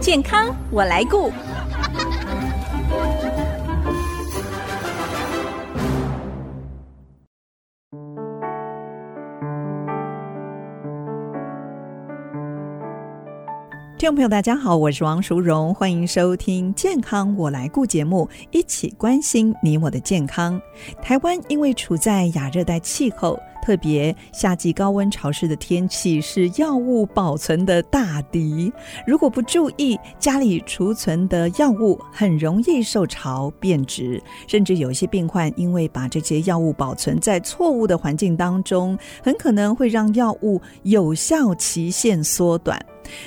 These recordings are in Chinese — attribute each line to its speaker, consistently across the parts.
Speaker 1: 健康我来顾。
Speaker 2: 听众朋友，大家好，我是王淑荣，欢迎收听《健康我来顾》节目，一起关心你我的健康。台湾因为处在亚热带气候，特别夏季高温潮湿的天气是药物保存的大敌。如果不注意，家里储存的药物很容易受潮变质，甚至有一些病患因为把这些药物保存在错误的环境当中，很可能会让药物有效期限缩短。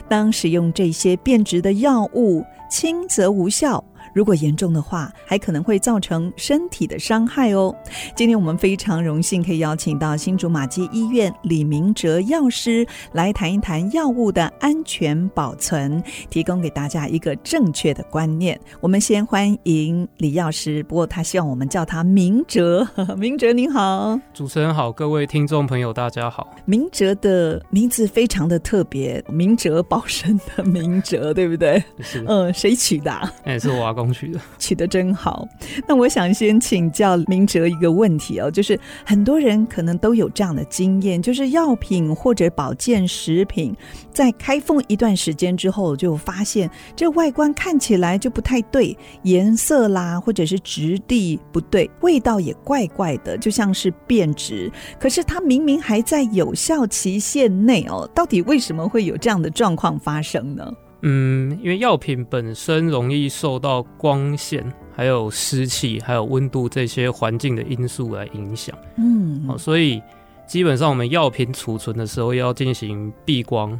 Speaker 2: 当使用这些变质的药物，轻则无效，如果严重的话，还可能会造成身体的伤害哦。今天我们非常荣幸可以邀请到新竹马偕医院李明哲药师来谈一谈药物的安全保存，提供给大家一个正确的观念。我们先欢迎李药师，不过他希望我们叫他明哲。 明哲您好。
Speaker 3: 主持人好，各位听众朋友，大家好。
Speaker 2: 明哲的名字非常的特别，明哲保身的明哲，对不对？
Speaker 3: 是，
Speaker 2: 嗯，谁取的、啊？
Speaker 3: 哎、是我阿公取的。
Speaker 2: 取得真好。那我想先请教明哲一个问题哦，就是很多人可能都有这样的经验，就是药品或者保健食品在开封一段时间之后，就发现这外观看起来就不太对，颜色啦，或者是质地不对，味道也怪怪的，就像是变质。可是它明明还在有效期限内哦，到底为什么会有这样的状况发生呢？
Speaker 3: 嗯，因为药品本身容易受到光线、还有湿气、还有温度这些环境的因素来影响。
Speaker 2: 嗯
Speaker 3: 哦，所以基本上我们药品储存的时候要进行避光、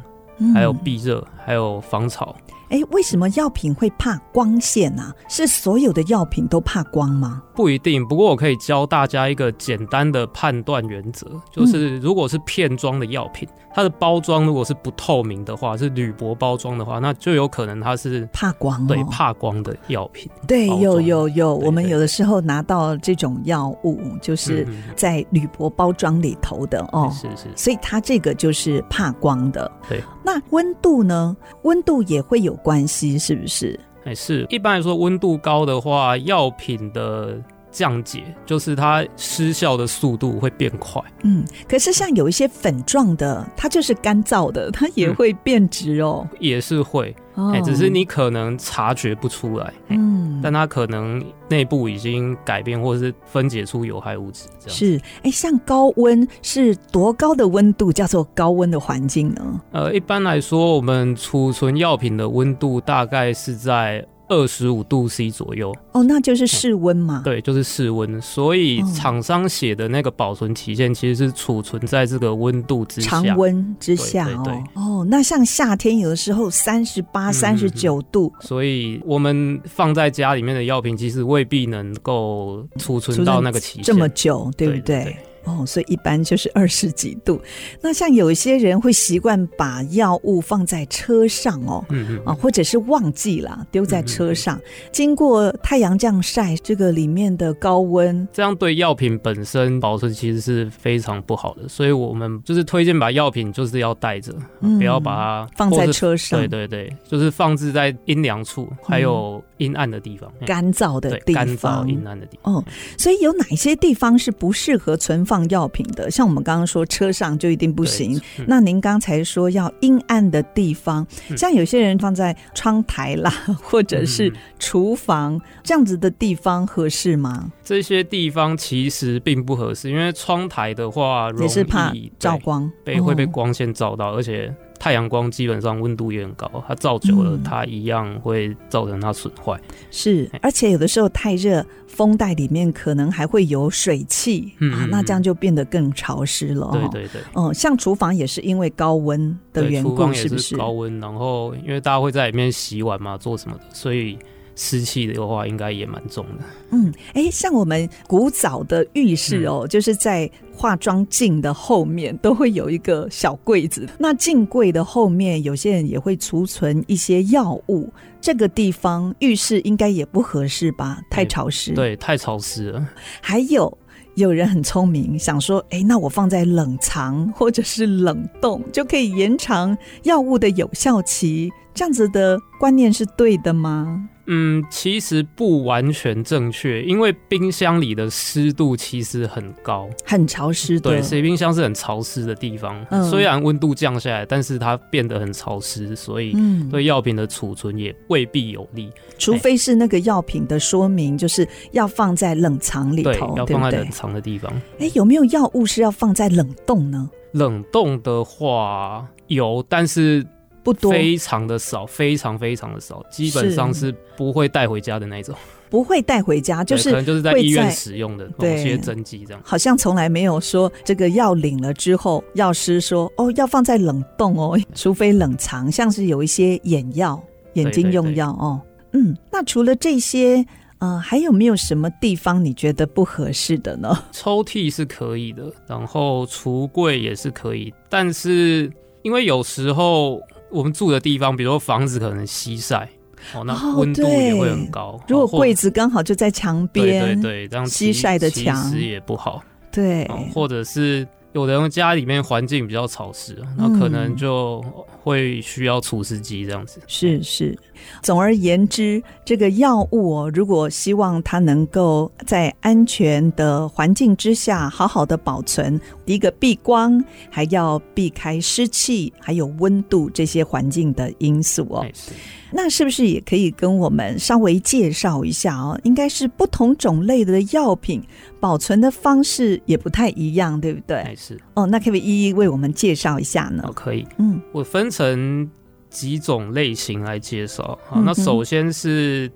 Speaker 3: 还
Speaker 2: 嗯
Speaker 3: 有避热、还有防潮。
Speaker 2: 哎，为什么药品会怕光线呢、是所有的药品都怕光吗？
Speaker 3: 不一定，不过我可以教大家一个简单的判断原则，
Speaker 2: 嗯
Speaker 3: 就是如果是片装的药品，它的包装如果是不透明的话，是铝箔包装的话，那就有可能它是
Speaker 2: 怕光、哦，
Speaker 3: 对怕光的药品。
Speaker 2: 对，
Speaker 3: 包
Speaker 2: 有
Speaker 3: 装
Speaker 2: 有有，
Speaker 3: 对
Speaker 2: 我们
Speaker 3: 对
Speaker 2: 有的时候拿到这种药物，就是
Speaker 3: 嗯嗯
Speaker 2: 在铝箔包装里头的哦，
Speaker 3: 是是，
Speaker 2: 所以它这个就是怕光的。
Speaker 3: 对，
Speaker 2: 那温度呢？温度也会有关系，是不是？
Speaker 3: 哎是。一般来说，温度高的话，药品的降解就是它失效的速度会变快。
Speaker 2: 嗯，可是像有一些粉状的，它就是干燥的，它也会变质哦。
Speaker 3: 也是会，
Speaker 2: 哦
Speaker 3: 嗯哎、只是你可能察觉不出来，哎
Speaker 2: 嗯
Speaker 3: 但它可能内部已经改变或是分解出有害物质，这样
Speaker 2: 是，哎，像高温是多高的温度叫做高温的环境呢？
Speaker 3: 呃，一般来说，我们储存药品的温度大概是在二十五度 C 左右，
Speaker 2: 哦，那就是室温嘛。
Speaker 3: 对，就是室温。所以
Speaker 2: 嗯
Speaker 3: 厂商写的那个保存期限，其实是储存在这个温度之下。
Speaker 2: 常温之下
Speaker 3: 对对对
Speaker 2: 哦，哦，那像夏天有的时候三十八、
Speaker 3: 嗯
Speaker 2: 三十九度，
Speaker 3: 所以我们放在家里面的药品，其实未必能够储
Speaker 2: 储
Speaker 3: 存
Speaker 2: 存
Speaker 3: 到那个期限，
Speaker 2: 这么久，对不对？
Speaker 3: 对？
Speaker 2: 哦，所以一般就是二十几度。那像有一些人会习惯把药物放在车上哦，
Speaker 3: 嗯
Speaker 2: 啊，
Speaker 3: 嗯，
Speaker 2: 或者是忘记了丢在
Speaker 3: 嗯嗯
Speaker 2: 车
Speaker 3: 嗯
Speaker 2: 上，经过太阳这样晒，这个里面的高温
Speaker 3: 这样对药品本身保存其实是非常不好的。所以我们就是推荐把药品就是要带着，
Speaker 2: 嗯
Speaker 3: 啊不要把它
Speaker 2: 放
Speaker 3: 或
Speaker 2: 在
Speaker 3: 是
Speaker 2: 车上，
Speaker 3: 对对对，就是放置在阴凉处，还有阴暗的地方，嗯
Speaker 2: 干燥的
Speaker 3: 对
Speaker 2: 地
Speaker 3: 干燥
Speaker 2: 方。
Speaker 3: 阴暗的地方。
Speaker 2: 哦，所以有哪些地方是不适合存放药品的？像我们刚刚说车上就一定不
Speaker 3: 对
Speaker 2: 行。，
Speaker 3: 嗯
Speaker 2: 那您刚才说要阴暗的地方，
Speaker 3: 嗯
Speaker 2: 像有些人放在窗台啦，或者是
Speaker 3: 嗯嗯
Speaker 2: 厨房这样子的地方合适吗？
Speaker 3: 这些地方其实并不合适，因为窗台的话容易
Speaker 2: 也是怕
Speaker 3: 对
Speaker 2: 照光，
Speaker 3: 被会被
Speaker 2: 哦
Speaker 3: 光线照到，而且太阳光基本上温度也很高，它照久了
Speaker 2: 嗯
Speaker 3: 它一样会造成它损坏。
Speaker 2: 是
Speaker 3: 哎，
Speaker 2: 而且有的时候太热，风袋里面可能还会有水汽、
Speaker 3: 嗯
Speaker 2: 啊
Speaker 3: 嗯，
Speaker 2: 那
Speaker 3: 嗯
Speaker 2: 这样就变得更潮湿了、哦。
Speaker 3: 对对对。
Speaker 2: 哦，像厨房也是因为高温的
Speaker 3: 对，
Speaker 2: 缘
Speaker 3: 厨
Speaker 2: 故，
Speaker 3: 房也
Speaker 2: 是不是？
Speaker 3: 高温，然后因为大家会在里面洗碗嘛，做什么的，所以湿气的话应该也蛮重的。
Speaker 2: 嗯，哎，像我们古早的浴室哦，
Speaker 3: 嗯
Speaker 2: 就是在化妆镜的后面都会有一个小柜子，那镜柜的后面有些人也会储存一些药物，这个地方浴室应该也不合适吧？太潮湿。，
Speaker 3: 对，太潮湿了。
Speaker 2: 还有。有人很聪明，想说，哎，那我放在冷藏或者是冷冻，就可以延长药物的有效期，这样子的观念是对的吗？
Speaker 3: 嗯，其实不完全正确，因为冰箱里的湿度其实很高，
Speaker 2: 很潮湿的，
Speaker 3: 对，所以冰箱是很潮湿的地方。
Speaker 2: 嗯
Speaker 3: 虽然温度降下来，但是它变得很潮湿，所以
Speaker 2: 嗯，
Speaker 3: 对药品的储存也未必有利。
Speaker 2: 除非是那个药品的说明，就是要放在冷藏里
Speaker 3: 对，
Speaker 2: 头，
Speaker 3: 要
Speaker 2: 对
Speaker 3: 放
Speaker 2: 不
Speaker 3: 在
Speaker 2: 对
Speaker 3: 冷？藏的地方。
Speaker 2: 哎，有没有药物是要放在冷冻呢？
Speaker 3: 冷冻的话有，但是
Speaker 2: 不多，
Speaker 3: 非常的少，非常非常的少，基本上是不会带回家的那种，
Speaker 2: 不会带回家，就
Speaker 3: 对可
Speaker 2: 是
Speaker 3: 能就是在
Speaker 2: 会
Speaker 3: 医院
Speaker 2: 在
Speaker 3: 使用的某
Speaker 2: 对
Speaker 3: 些针剂这样。
Speaker 2: 好像从来没有说这个药领了之后，药师说哦要放在冷冻哦，除非冷藏，像是有一些眼药、眼睛用药哦。嗯，那除了这些，呃，还有没有什么地方你觉得不合适的
Speaker 3: 哦
Speaker 2: 呢？
Speaker 3: 抽屉是可以的，然后橱柜也是可以，但是因为有时候我们住的地方，比如说房子可能西晒，哦，
Speaker 2: 哦
Speaker 3: 那温度也会很
Speaker 2: 对
Speaker 3: 高。哦
Speaker 2: 如果
Speaker 3: 或
Speaker 2: 柜子刚好就在墙
Speaker 3: 对
Speaker 2: 边，
Speaker 3: 对对，这样
Speaker 2: 西
Speaker 3: 其
Speaker 2: 晒的墙
Speaker 3: 其实也不好。
Speaker 2: 对
Speaker 3: 哦，或者是有的人家里面环境比较潮湿，那可
Speaker 2: 嗯
Speaker 3: 能就会需要除湿机这样子。
Speaker 2: 是是，总而言之，这个药物哦，如果希望它能够在安全的环境之下好好的保存，第一个避光，还要避开湿气，还有温度这些环境的因素哦
Speaker 3: 哎。是
Speaker 2: 那是不是也可以跟我们稍微介绍一下哦？应该是不同种类的药品保存的方式也不太一样，对不对？
Speaker 3: 哎是，
Speaker 2: 哦，那可不可以一一为我们介绍一下呢
Speaker 3: 哦？可以，
Speaker 2: 嗯，
Speaker 3: 我分成几种类型来介绍。好，
Speaker 2: 嗯哼
Speaker 3: 那首先是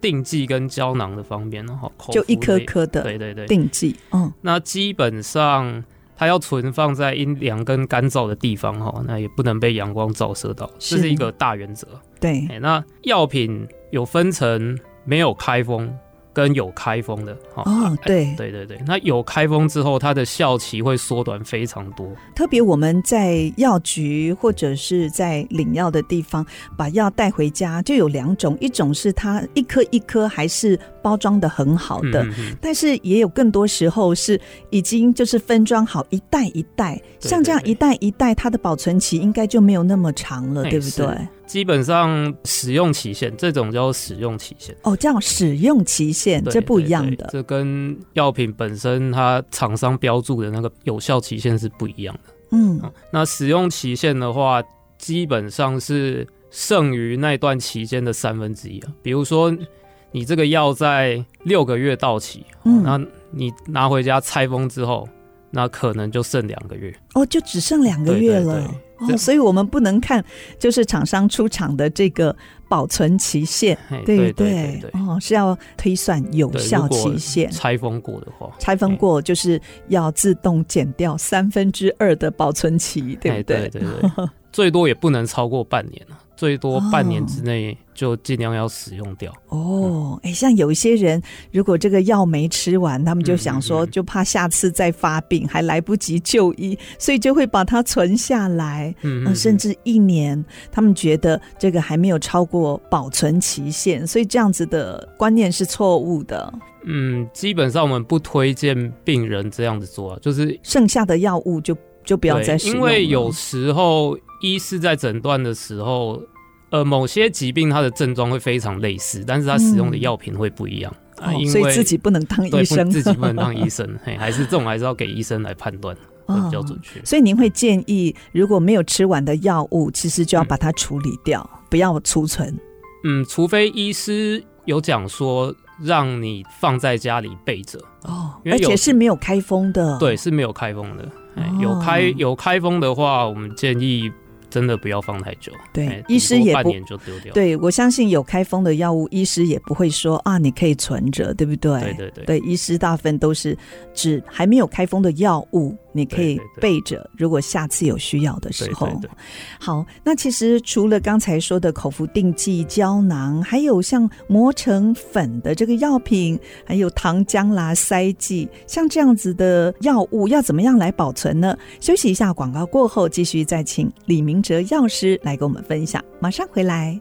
Speaker 3: 定剂跟胶囊的方面，然后口服
Speaker 2: 就一颗
Speaker 3: 类
Speaker 2: 颗的
Speaker 3: 对对对，
Speaker 2: 定剂，嗯。
Speaker 3: 那基本上。它要存放在阴凉跟干燥的地方哈，那也不能被阳光照射到，这
Speaker 2: 是嗯
Speaker 3: 是一个大原则。
Speaker 2: 对
Speaker 3: 哎、，那药品有分成没有开封跟有开封的。哦
Speaker 2: 哦，对，
Speaker 3: 对对对，那有开封之后，它的效期会缩短非常多。
Speaker 2: 特别我们在药局或者是在领药的地方，把药带回家就有两种，一种是它一颗一颗还是包装的很好的。
Speaker 3: 嗯嗯
Speaker 2: 但是也有更多时候是已经就是分装好一袋一袋，
Speaker 3: 对
Speaker 2: 像这样
Speaker 3: 对对
Speaker 2: 一袋一袋，它的保存期应该就没有那么长了，
Speaker 3: 哎
Speaker 2: 对不
Speaker 3: 是
Speaker 2: 对？
Speaker 3: 嗯基本上使用期限，这种叫使用期限，
Speaker 2: 哦，这样使用期限
Speaker 3: 对
Speaker 2: 这不一样
Speaker 3: 对对
Speaker 2: 的，
Speaker 3: 这跟药品本身它厂商标注的那个有效期限是不一样的。
Speaker 2: 嗯，
Speaker 3: 嗯那使用期限的话，基本上是剩余那段期间的三分之一啊。比如说，你这个药在六个月到期，哦
Speaker 2: 嗯
Speaker 3: 那你拿回家拆封之后，那可能就剩两个月。
Speaker 2: 哦，就只剩两个
Speaker 3: 对
Speaker 2: 月
Speaker 3: 对
Speaker 2: 了。
Speaker 3: 对
Speaker 2: 哦，
Speaker 3: 这
Speaker 2: 所以我们不能看就是厂商出厂的这个保存期限，
Speaker 3: 嘿
Speaker 2: 对
Speaker 3: 对
Speaker 2: 不对
Speaker 3: 对对，
Speaker 2: 哦，是要推算有
Speaker 3: 对
Speaker 2: 效
Speaker 3: 如果
Speaker 2: 期限。
Speaker 3: 拆嗯封过的话，
Speaker 2: 拆分过就是要自动减掉三分之二的保存期，对
Speaker 3: 哎
Speaker 2: 不
Speaker 3: 对对对 最多也不能超过半年啊，最多半年之内就尽量要使用掉。
Speaker 2: 哦，哎，像有一些人，如果这个药没吃完，他们就想说，
Speaker 3: 嗯嗯嗯
Speaker 2: 就怕下次再发病，还来不及就医，所以就会把它存下来。
Speaker 3: 嗯
Speaker 2: 嗯，甚至一年，他们觉得这个还没有超过保存期限，所以这样子的观念是错误的。
Speaker 3: 嗯，基本上我们不推荐病人这样子做啊，就是
Speaker 2: 剩下的药物就就不要
Speaker 3: 对
Speaker 2: 再使用
Speaker 3: 因
Speaker 2: 了
Speaker 3: 为有时候医师在诊断的时候，呃，某些疾病它的症状会非常类似，但是它使用的
Speaker 2: 嗯
Speaker 3: 药品会不一样、啊，
Speaker 2: 哦
Speaker 3: 因为
Speaker 2: 所以自己不能当
Speaker 3: 对
Speaker 2: 医生，哦
Speaker 3: 不自己不 能当医生，嘿，还是这种还是要给医生来判断会比较准
Speaker 2: 哦
Speaker 3: 确。
Speaker 2: 所以您会建议，如果没有吃完的药物，其实就要把它处理掉，不要储存。
Speaker 3: 嗯，除非医师有讲说让你放在家里备着，
Speaker 2: 哦，
Speaker 3: 因
Speaker 2: 而
Speaker 3: 为有
Speaker 2: 且是没有开封的。
Speaker 3: 对，，是没有开封的。哎
Speaker 2: 哦
Speaker 3: 有开有开封的话，我们建议真的不要放太久。
Speaker 2: 对
Speaker 3: 哎
Speaker 2: 医
Speaker 3: 顶
Speaker 2: 师
Speaker 3: 多
Speaker 2: 也
Speaker 3: 半
Speaker 2: 不
Speaker 3: 年就丢掉。
Speaker 2: 对我相信有开封的药物，医师也不会说啊，你可以存着，对不对？
Speaker 3: 对对对
Speaker 2: 对，医师大部分都是指还没有开封的药物，你可以
Speaker 3: 对对对
Speaker 2: 备着，如果下次有需要的时
Speaker 3: 对
Speaker 2: 候。
Speaker 3: 对对，
Speaker 2: 好，那其实除了刚才说的口服定剂胶囊，还有像磨成粉的这个药品，还有糖浆啦、塞剂，像这样子的药物要怎么样来保存呢？休息一下广告过后，继续再请李明哲药师来跟我们分享，马上回来。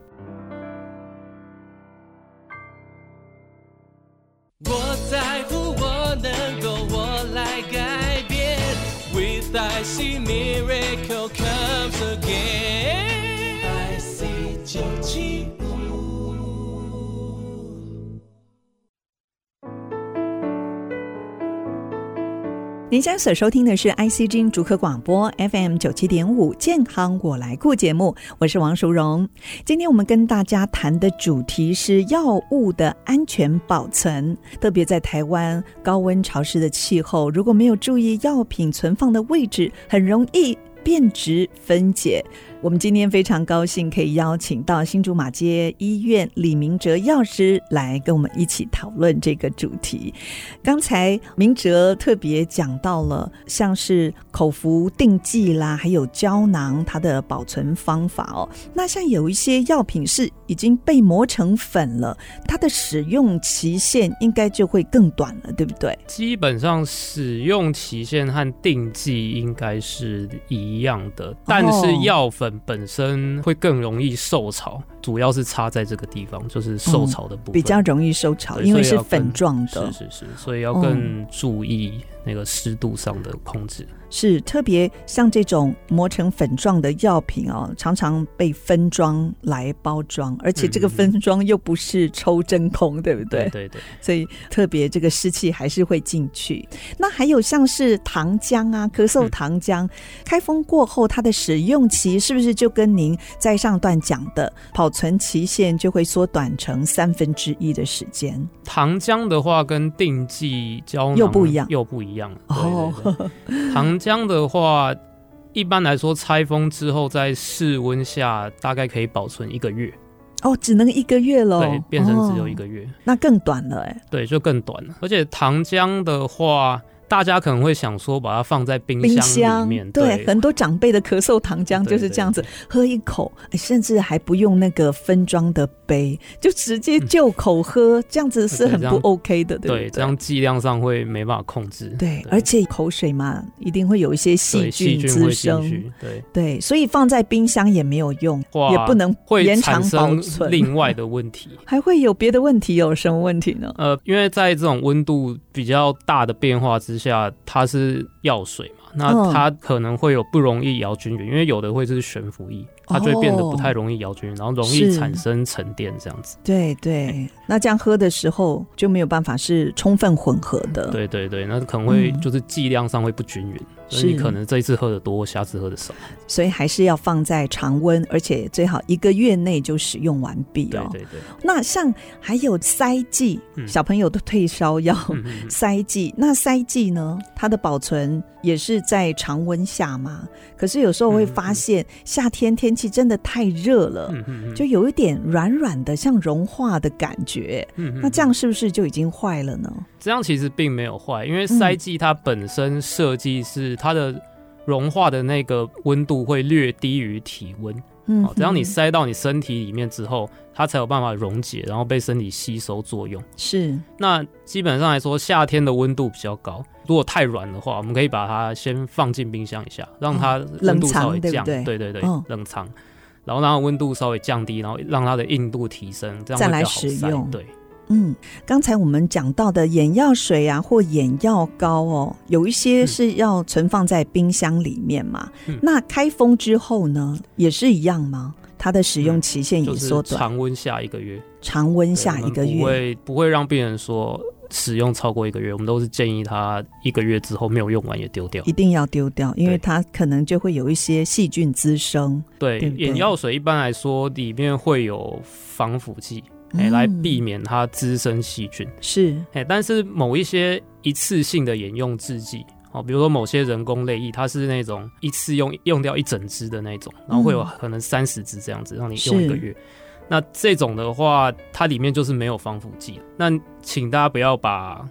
Speaker 1: 我在乎，我能够，我来改变。With I see miracle comes again。I see 九七五。
Speaker 2: 您现在所收听的是 IC 之音逐客广播 FM 九七点五健康我来顾节目，我是王淑荣。今天我们跟大家谈的主题是药物的安全保存，特别在台湾高温潮湿的气候，如果没有注意药品存放的位置，很容易变质分解。我们今天非常高兴可以邀请到新竹马街医院李明哲药师来跟我们一起讨论这个主题。刚才明哲特别讲到了，像是口服定剂啦，还有胶囊，它的保存方法哦。那像有一些药品是已经被磨成粉了，它的使用期限应该就会更短了，对不对？
Speaker 3: 基本上使用期限和定剂应该是一样的，但
Speaker 2: 哦
Speaker 3: 是药粉本身会更容易受潮，主要是差在这个地方，就是受潮的部分、
Speaker 2: 嗯比较容易受潮，
Speaker 3: 对
Speaker 2: 因为
Speaker 3: 所以
Speaker 2: 是
Speaker 3: 要
Speaker 2: 粉
Speaker 3: 分
Speaker 2: 状的嗯
Speaker 3: 是。是是，所以要更注意那个湿度上的控制。
Speaker 2: 是特别像这种磨成粉状的药品哦，常常被分装来包装，而且这个
Speaker 3: 嗯嗯嗯
Speaker 2: 分装又不是抽真空，对不对？
Speaker 3: 对对，
Speaker 2: 所以特别这个湿气还是会进去。那还有像是糖浆啊，咳嗽
Speaker 3: 嗯
Speaker 2: 糖浆，开封过后它的使用期是不是就跟您在上段讲的保存期限就会缩短成三分之一的时间？
Speaker 3: 糖浆的话跟定剂胶囊
Speaker 2: 又不一样
Speaker 3: 又不一样。对
Speaker 2: 哦
Speaker 3: 对对糖浆的话，一般来说拆封之后，在室温下大概可以保存一个月，
Speaker 2: 哦，只能一个月喽，
Speaker 3: 对，变成只有一
Speaker 2: 哦
Speaker 3: 个月，
Speaker 2: 那更短了哎，
Speaker 3: 对，就更短了。而且糖浆的话。大家可能会想说，把它放在冰
Speaker 2: 冰
Speaker 3: 箱
Speaker 2: 箱
Speaker 3: 里面，
Speaker 2: 对，很多长辈的咳嗽糖浆就是这样子，。喝一口，哎甚至还不用那个分装的杯，就直接就口喝，这样子是很
Speaker 3: 对这
Speaker 2: 不
Speaker 3: 样
Speaker 2: OK 的，
Speaker 3: 对
Speaker 2: 对
Speaker 3: 对
Speaker 2: 不
Speaker 3: 对对，这样剂量上会没办法控制。
Speaker 2: 对，而且口水嘛，一定会有一些
Speaker 3: 对
Speaker 2: 细
Speaker 3: 细
Speaker 2: 菌
Speaker 3: 菌
Speaker 2: 滋
Speaker 3: 会进
Speaker 2: 生，
Speaker 3: 去，对，
Speaker 2: 对，所以放在冰箱也没有用，
Speaker 3: 哇
Speaker 2: 也不能
Speaker 3: 会
Speaker 2: 延
Speaker 3: 产
Speaker 2: 长保
Speaker 3: 生
Speaker 2: 存，
Speaker 3: 另外的问题。
Speaker 2: 还会有别的问题，有什么问题呢？
Speaker 3: 呃，因为在这种温度比较大的变化之下，它是药水嘛，
Speaker 2: 嗯
Speaker 3: 那它可能会有不容易摇均匀，因为有的会是悬浮液，它就会变得不太容易摇均匀，然后容易
Speaker 2: 哦是
Speaker 3: 产生沉淀这样子。
Speaker 2: 对对，那这样喝的时候就没有办法是充分混合的，
Speaker 3: 对对对，那可能会
Speaker 2: 嗯
Speaker 3: 就是剂量上会不均匀，所以你
Speaker 2: 是
Speaker 3: 可能这一次喝的多，下次喝的少。
Speaker 2: 所以还是要放在常温，而且最好一个月内就使用完毕
Speaker 3: 对
Speaker 2: 哦。
Speaker 3: 对对，
Speaker 2: 那像还有塞剂，
Speaker 3: 嗯
Speaker 2: 小朋友的退烧药。
Speaker 3: 嗯嗯嗯
Speaker 2: 塞剂，那塞剂呢？它的保存也是在常温下嘛。可是有时候会发现，夏天天气真的太热了，
Speaker 3: 嗯嗯嗯，
Speaker 2: 就有一点软软的，像融化的感觉。
Speaker 3: 嗯嗯
Speaker 2: 那
Speaker 3: 嗯
Speaker 2: 这样是不是就已经坏了呢？
Speaker 3: 这样其实并没有坏，因
Speaker 2: 嗯
Speaker 3: 为塞剂它本身设计是它的融化的那个温度会略低于体温，
Speaker 2: 嗯
Speaker 3: 哦，，只要你塞到你身体里面之后，它才有办法溶解，然后被身体吸收作用。
Speaker 2: 嗯是
Speaker 3: 那基本上来说，夏天的温度比较高，如果太软的话，我们可以把它先放进冰箱一下，让它温度稍微
Speaker 2: 嗯冷藏
Speaker 3: 降，
Speaker 2: 对不对
Speaker 3: 对对对
Speaker 2: 嗯
Speaker 3: 冷藏，然后让它温度稍微降低，然后让它的硬度提升，这样
Speaker 2: 再
Speaker 3: 会比
Speaker 2: 来
Speaker 3: 较好
Speaker 2: 使
Speaker 3: 塞
Speaker 2: 用
Speaker 3: 对，
Speaker 2: 嗯，刚才我们讲到的眼药水啊，或眼药膏哦，有一些
Speaker 3: 嗯
Speaker 2: 是要存放在冰箱里面嘛。
Speaker 3: 嗯
Speaker 2: 那开封之后呢，也是一样吗？它的使用期限也
Speaker 3: 嗯就
Speaker 2: 缩
Speaker 3: 是
Speaker 2: 短，
Speaker 3: 常温下一个月。
Speaker 2: 常温下
Speaker 3: 对
Speaker 2: 一
Speaker 3: 我们
Speaker 2: 个
Speaker 3: 不
Speaker 2: 月。
Speaker 3: 会不会让病人说使用超过一个月，我们都是建议他一个月之后没有用完也丢掉
Speaker 2: 一。定要丢掉，因为
Speaker 3: 对
Speaker 2: 它可能就会有一些细菌滋生，
Speaker 3: 对，
Speaker 2: 对不对
Speaker 3: 眼药水一般来说里面会有防腐剂，哎、
Speaker 2: 嗯
Speaker 3: 来避免它滋生细菌。
Speaker 2: 是
Speaker 3: 哎、但是某一些一次性的眼用制剂。哦，比如说某些人工泪液，它是那种一次用用掉一整支的那种，然后会有
Speaker 2: 嗯
Speaker 3: 可能三十支这样子，让你用
Speaker 2: 是
Speaker 3: 一个月。那这种的话，它里面就是没有防腐剂。那请大家不要把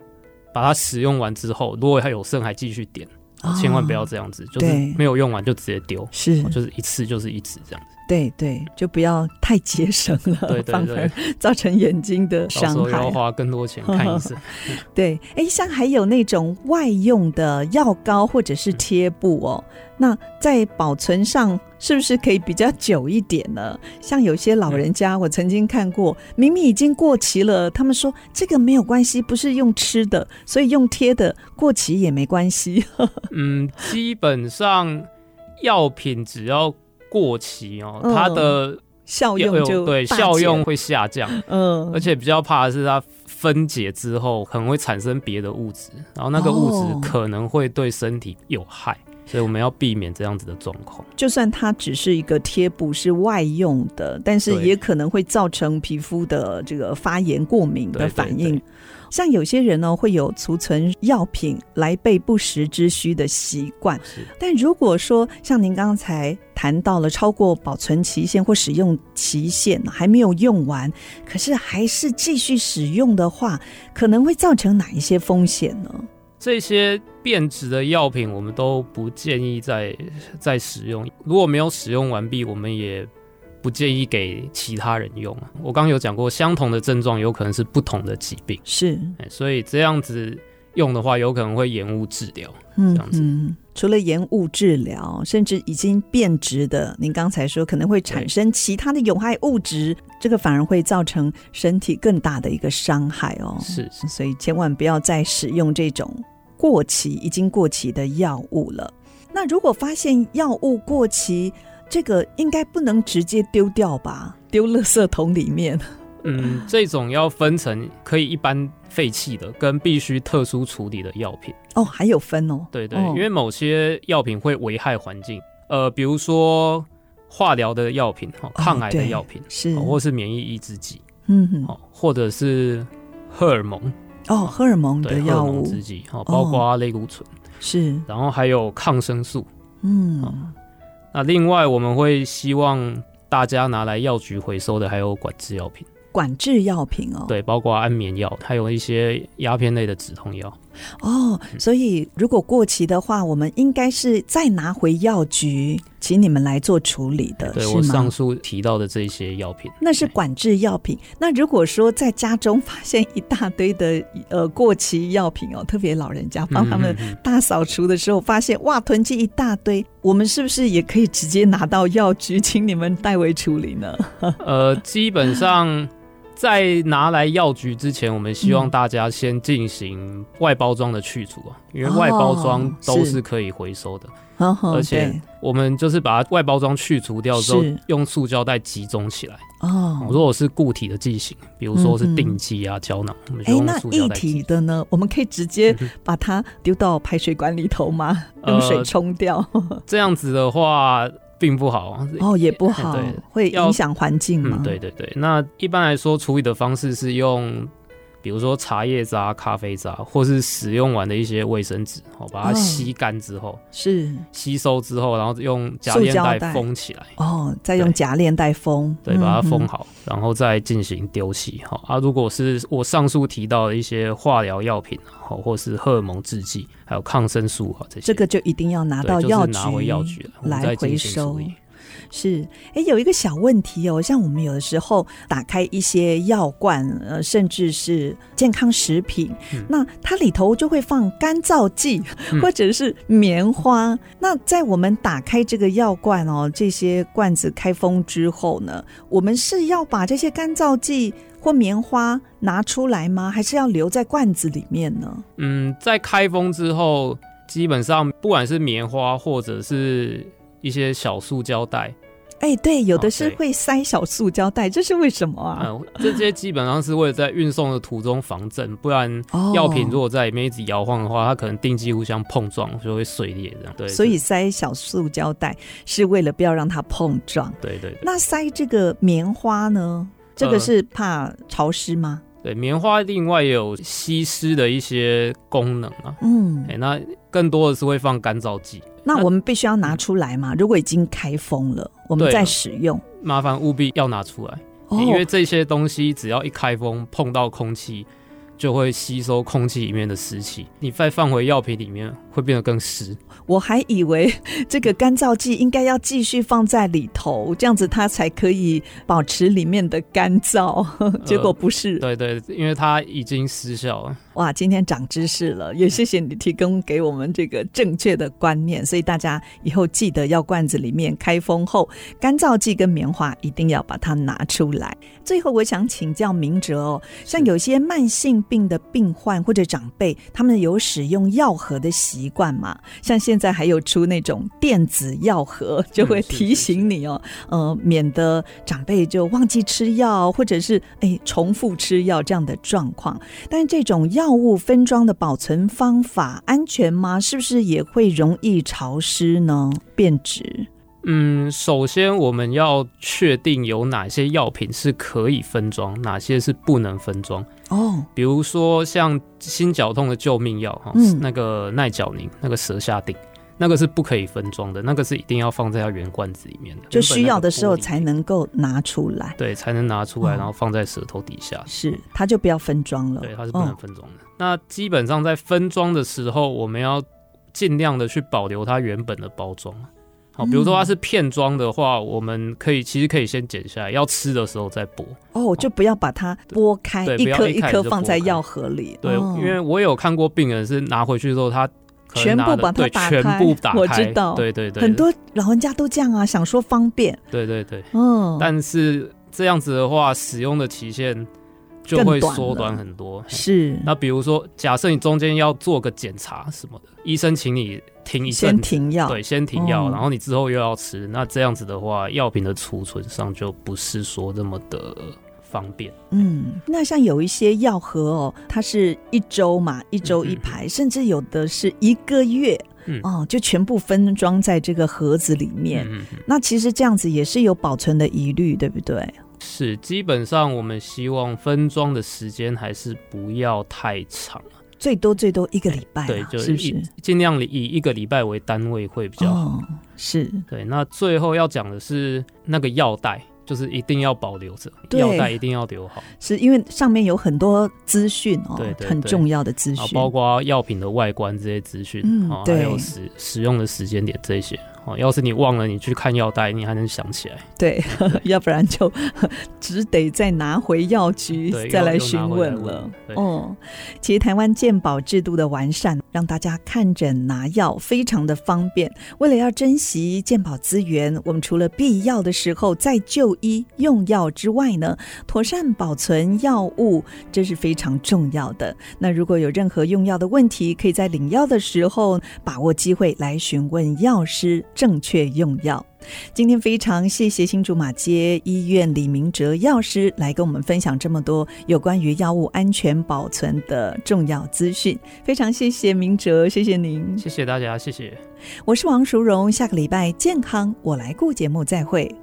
Speaker 3: 把它使用完之后，如果还有剩还继续点，
Speaker 2: 哦
Speaker 3: 千万不要这样子，就是
Speaker 2: 对
Speaker 3: 没有用完就直接丢，哦
Speaker 2: 是，
Speaker 3: 就是一次就是一支这样子。
Speaker 2: 对对，就不要太节省了，
Speaker 3: 对对
Speaker 2: 反
Speaker 3: 对
Speaker 2: 而，造成眼睛的
Speaker 3: 到
Speaker 2: 呃伤
Speaker 3: 时候
Speaker 2: 害
Speaker 3: 要。花更多钱看医生。
Speaker 2: 对，哎，像还有那种外用的药膏或者是贴布哦，那在保存上是不是可以比较久一点呢？像有些老人
Speaker 3: 嗯
Speaker 2: 家，我曾经看过，明明已经过期了，他们说这个没有关系，不是用吃的，所以用贴的过期也没关系。
Speaker 3: 嗯，基本上药品只要过期哦，
Speaker 2: 嗯
Speaker 3: 它的哎
Speaker 2: 效用就
Speaker 3: 对
Speaker 2: 大减
Speaker 3: 效用，会下降，
Speaker 2: 嗯，
Speaker 3: 而且比较怕的是它分解之后可能会产生别的物质，然后那个物
Speaker 2: 哦
Speaker 3: 质可能会对身体有害，所以我们要避免这样子的状况。
Speaker 2: 就算它只是一个贴布是外用的，但是
Speaker 3: 对
Speaker 2: 也可能会造成皮肤的这个发炎、过敏的
Speaker 3: 对对
Speaker 2: 反
Speaker 3: 对
Speaker 2: 应。像有些人呢，会有储存药品来备不时之需的习惯。
Speaker 3: 是
Speaker 2: 但如果说像您刚才谈到了超过保存期限或使用期限还没有用完，可是还是继续使用的话，可能会造成哪一些风险呢？
Speaker 3: 这些变质的药品，我们都不建议再再使用。如果没有使用完毕，我们也不建议给其他人用啊。我刚刚有讲过，相同的症状有可能是不同的疾病，
Speaker 2: 是，
Speaker 3: 哎所以这样子用的话，有可能会延误治疗。
Speaker 2: 嗯
Speaker 3: 这样子
Speaker 2: 嗯，除了延误治疗，甚至已经变质的，您刚才说可能会产生其他的有害物质，这个反而会造成身体更大的一个伤害哦。
Speaker 3: 是是
Speaker 2: 所以千万不要再使用这种过期、已经过期的药物了。那如果发现药物过期，这个应该不能直接丢掉吧？丢垃圾桶里面。
Speaker 3: 嗯，这种要分成可以一般废弃的，跟必须特殊处理的药品。
Speaker 2: 哦，还有分哦。
Speaker 3: 对对，
Speaker 2: 哦
Speaker 3: 因为某些药品会危害环境，呃，比如说化疗的药品、哦、抗癌的
Speaker 2: 对
Speaker 3: 药品、
Speaker 2: 是，
Speaker 3: 哦或是免疫抑制剂，
Speaker 2: 嗯哼，
Speaker 3: 哦，或者是荷尔蒙，
Speaker 2: 哦，荷尔蒙的
Speaker 3: 对，荷
Speaker 2: 药
Speaker 3: 尔蒙
Speaker 2: 物
Speaker 3: 制剂，哦，包括类固醇，
Speaker 2: 是，
Speaker 3: 然后还有抗生素。哦
Speaker 2: 嗯。
Speaker 3: 那另外我们会希望大家拿来药局回收的，还有管制药品，
Speaker 2: 管制药品哦。
Speaker 3: 对，包括安眠药，还有一些鸦片类的止痛药。
Speaker 2: 哦，
Speaker 3: 嗯
Speaker 2: 所以如果过期的话，我们应该是再拿回药局，请你们来做处理的，
Speaker 3: 对
Speaker 2: 呃是
Speaker 3: 我上
Speaker 2: 吗？
Speaker 3: 述提到的这些药品，
Speaker 2: 那是管制药品。那如果说在家中发现一大堆的呃过期药品哦，特别老人家帮他们
Speaker 3: 嗯嗯 嗯
Speaker 2: 大扫除的时候发现哇囤积一大堆，我们是不是也可以直接拿到药局，请你们代为处理呢？
Speaker 3: 呃，基本上在拿来药局之前，我们希望
Speaker 2: 嗯
Speaker 3: 大家先进行外包装的去除啊，因为
Speaker 2: 哦
Speaker 3: 外包装都
Speaker 2: 是
Speaker 3: 是可以回收的，
Speaker 2: 呵呵
Speaker 3: 而且
Speaker 2: 哦对
Speaker 3: 我们就是把它外包装去除掉之后
Speaker 2: 是，
Speaker 3: 用塑胶袋集中起来。
Speaker 2: 哦，
Speaker 3: 如果是固体的剂型，比如说是
Speaker 2: 嗯嗯
Speaker 3: 定剂啊、胶囊，我们就
Speaker 2: 哎，
Speaker 3: 用
Speaker 2: 那
Speaker 3: 塑胶
Speaker 2: 一
Speaker 3: 袋集
Speaker 2: 体的呢？我们可以直接
Speaker 3: 嗯
Speaker 2: 把它丢到排水管里头吗？用水
Speaker 3: 呃
Speaker 2: 冲掉？
Speaker 3: 这样子的话并不好啊。
Speaker 2: 哦，也不好
Speaker 3: 对，
Speaker 2: 会
Speaker 3: 要
Speaker 2: 影响环境吗？
Speaker 3: 嗯，对，对对。那一般来说，处理的方式是用，比如说茶叶渣、咖啡渣，或是使用完的一些卫生纸，哦，把它
Speaker 2: 嗯
Speaker 3: 吸干之后、
Speaker 2: 是
Speaker 3: 吸收之后，然后用夹
Speaker 2: 塑
Speaker 3: 链
Speaker 2: 胶
Speaker 3: 袋
Speaker 2: 袋
Speaker 3: 封起来，
Speaker 2: 哦，再用
Speaker 3: 对
Speaker 2: 夹链带封，
Speaker 3: 对，把它封
Speaker 2: 嗯。
Speaker 3: 好，然后再进行丢弃。好、啊，如果是我上述提到的一些化疗药品，啊好、或是荷尔蒙制剂，还有抗生素啊、这些，
Speaker 2: 这个就一定要拿
Speaker 3: 对
Speaker 2: 到
Speaker 3: 就是
Speaker 2: 药
Speaker 3: 拿回药局我们
Speaker 2: 来
Speaker 3: 再进
Speaker 2: 回
Speaker 3: 行
Speaker 2: 收
Speaker 3: 处理。
Speaker 2: 是，哎，有一个小问题哦，像我们有的时候打开一些药罐，呃，甚至是健康食品，
Speaker 3: 嗯
Speaker 2: 那它里头就会放干燥剂、
Speaker 3: 嗯
Speaker 2: 或者是棉花。那在我们打开这个药罐哦，这些罐子开封之后呢，我们是要把这些干燥剂或棉花拿出来吗？还是要留在罐子里面呢？
Speaker 3: 嗯，在开封之后，基本上不管是棉花或者是一些小塑胶袋，
Speaker 2: 哎，对，有的
Speaker 3: 哦
Speaker 2: 是
Speaker 3: 对
Speaker 2: 会塞小塑胶袋，这是为什么啊？
Speaker 3: 嗯、这些基本上是为了在运送的途中防震，不然
Speaker 2: 哦
Speaker 3: 呃药品如果在里面一直摇晃的话，它可能定期互相碰撞就会碎裂这样。对，
Speaker 2: 所以
Speaker 3: 这
Speaker 2: 塞小塑胶袋是为了不要让它碰撞。
Speaker 3: 对对对
Speaker 2: 那塞这个棉花呢？这个
Speaker 3: 呃
Speaker 2: 是怕潮湿吗？
Speaker 3: 对，棉花另外也有吸湿的一些功能啊。
Speaker 2: 嗯
Speaker 3: 哎、，那更多的是会放干燥剂，
Speaker 2: 那我们必须要拿出来嘛。如果已经开封了，我们
Speaker 3: 嗯对
Speaker 2: 再
Speaker 3: 了
Speaker 2: 使用。哦
Speaker 3: 麻烦务必要拿出来。因为这些东西只要一开封碰到空气，就会吸收空气里面的湿气，你再放回药品里面会变得更湿。
Speaker 2: 我还以为 这个干燥剂应该要继续放在里头，这样子它才可以保
Speaker 3: 呃
Speaker 2: 持里面的干燥。结果不是。
Speaker 3: 对对，因为它已经失效了，
Speaker 2: 哇，今天长知识了，也谢谢你提供给我们这个正确的观念。所以大家以后记得要罐子里面开封后，干燥剂跟棉花一定要把它拿出来。最后，我想请教明哲哦，像有些慢性病的病患或者长辈，他们有使用药盒的习惯吗？像现在还有出那种电子药盒，就会
Speaker 3: 嗯是是
Speaker 2: 提醒你哦，呃，免得长辈就忘记吃药，或者是哎重复吃药这样的状况。但这种药物分装的保存方法安全吗？是不是也会容易潮湿呢？变质？
Speaker 3: 嗯，首先我们要确定有哪些药品是可以分装，哪些是不能分装。
Speaker 2: 哦，
Speaker 3: 比如说像心绞痛的救命药哈，
Speaker 2: 嗯
Speaker 3: 那个耐角宁，那个舌下定，那个是不可以分装的，那个是一定要放在它原罐子里面的，
Speaker 2: 就
Speaker 3: 原本那
Speaker 2: 需
Speaker 3: 个
Speaker 2: 要的时候
Speaker 3: 玻璃
Speaker 2: 才能够拿出来，
Speaker 3: 对才能拿出来，
Speaker 2: 哦
Speaker 3: 然后放在舌头底下。
Speaker 2: 是它就不要分装了。
Speaker 3: 嗯对，它是不能
Speaker 2: 哦
Speaker 3: 分装的。那基本上在分装的时候，我们要尽量的去保留它原本的包装。好，比如
Speaker 2: 嗯
Speaker 3: 说它是片装的话，我们可以其实可以先剪下来，要吃的时候再剥。
Speaker 2: 哦，就不要把它剥开，
Speaker 3: 对
Speaker 2: 一
Speaker 3: 不要
Speaker 2: 颗
Speaker 3: 一开
Speaker 2: 颗
Speaker 3: 始就
Speaker 2: 放
Speaker 3: 剥
Speaker 2: 在
Speaker 3: 开
Speaker 2: 药盒里。
Speaker 3: 对，
Speaker 2: 哦
Speaker 3: 因为我有看过病人是拿回去之后，他可能
Speaker 2: 全部
Speaker 3: 拿的
Speaker 2: 把它
Speaker 3: 对
Speaker 2: 打开
Speaker 3: 全部打开，
Speaker 2: 我知道
Speaker 3: 对对对，
Speaker 2: 很多老人家都这样啊，想说方便。
Speaker 3: 对对对。
Speaker 2: 嗯，
Speaker 3: 但是这样子的话，使用的期限就
Speaker 2: 更
Speaker 3: 会
Speaker 2: 短
Speaker 3: 缩短
Speaker 2: 了
Speaker 3: 很多。嘿
Speaker 2: 是
Speaker 3: 那比如说，假设你中间要做个检查什么的，医生请你停一
Speaker 2: 先
Speaker 3: 阵子，
Speaker 2: 停药。
Speaker 3: 对，先停药，
Speaker 2: 嗯
Speaker 3: 然后你之后又要吃，那这样子的话，药品的储存上就不是说那么的方便。
Speaker 2: 嗯，那像有一些药盒哦，它是一周嘛，一周
Speaker 3: 嗯嗯
Speaker 2: 一排，甚至有的是一个月，
Speaker 3: 嗯
Speaker 2: 哦，就全部分装在这个盒子里面。
Speaker 3: 嗯嗯嗯，
Speaker 2: 那其实这样子也是有保存的疑虑，对不对？
Speaker 3: 是，基本上我们希望分装的时间还是不要太长，
Speaker 2: 最多最多一个礼拜、啊，
Speaker 3: 对，就是
Speaker 2: 不
Speaker 3: 一
Speaker 2: 是？
Speaker 3: 尽量以一个礼拜为单位会比较好。
Speaker 2: 哦，是
Speaker 3: 对，那最后要讲的是那个药袋，就是一定要保留着，
Speaker 2: 对
Speaker 3: 药袋一定要留好。
Speaker 2: 是因为上面有很多资讯哦，
Speaker 3: 对对
Speaker 2: 很
Speaker 3: 对
Speaker 2: 重要的资
Speaker 3: 啊
Speaker 2: 讯，，
Speaker 3: 包括药品的外观这些资讯，
Speaker 2: 嗯
Speaker 3: 哦，
Speaker 2: 对
Speaker 3: 还有使使用的时间点这些，哦，要是你忘了，你去看药袋，你还能想起来，
Speaker 2: 对， 要不然就 只得再拿回药局
Speaker 3: 对
Speaker 2: 再
Speaker 3: 又
Speaker 2: 来
Speaker 3: 又拿
Speaker 2: 询
Speaker 3: 回来
Speaker 2: 问
Speaker 3: 问
Speaker 2: 了。
Speaker 3: 对
Speaker 2: 哦，其实台湾健保制度的完善，让大家看诊拿药非常的方便。为了要珍惜健保资源，我们除了必要的时候再就医用药之外呢，妥善保存药物这是非常重要的。那如果有任何用药的问题，可以在领药的时候把握机会来询问药师正确用药。今天非常谢谢新竹马街医院李明哲药师来跟我们分享这么多有关于药物安全保存的重要资讯，非常谢谢明哲，谢谢您，
Speaker 3: 谢谢大家，谢谢。
Speaker 2: 我是王淑荣，下个礼拜健康我来顾节目再会。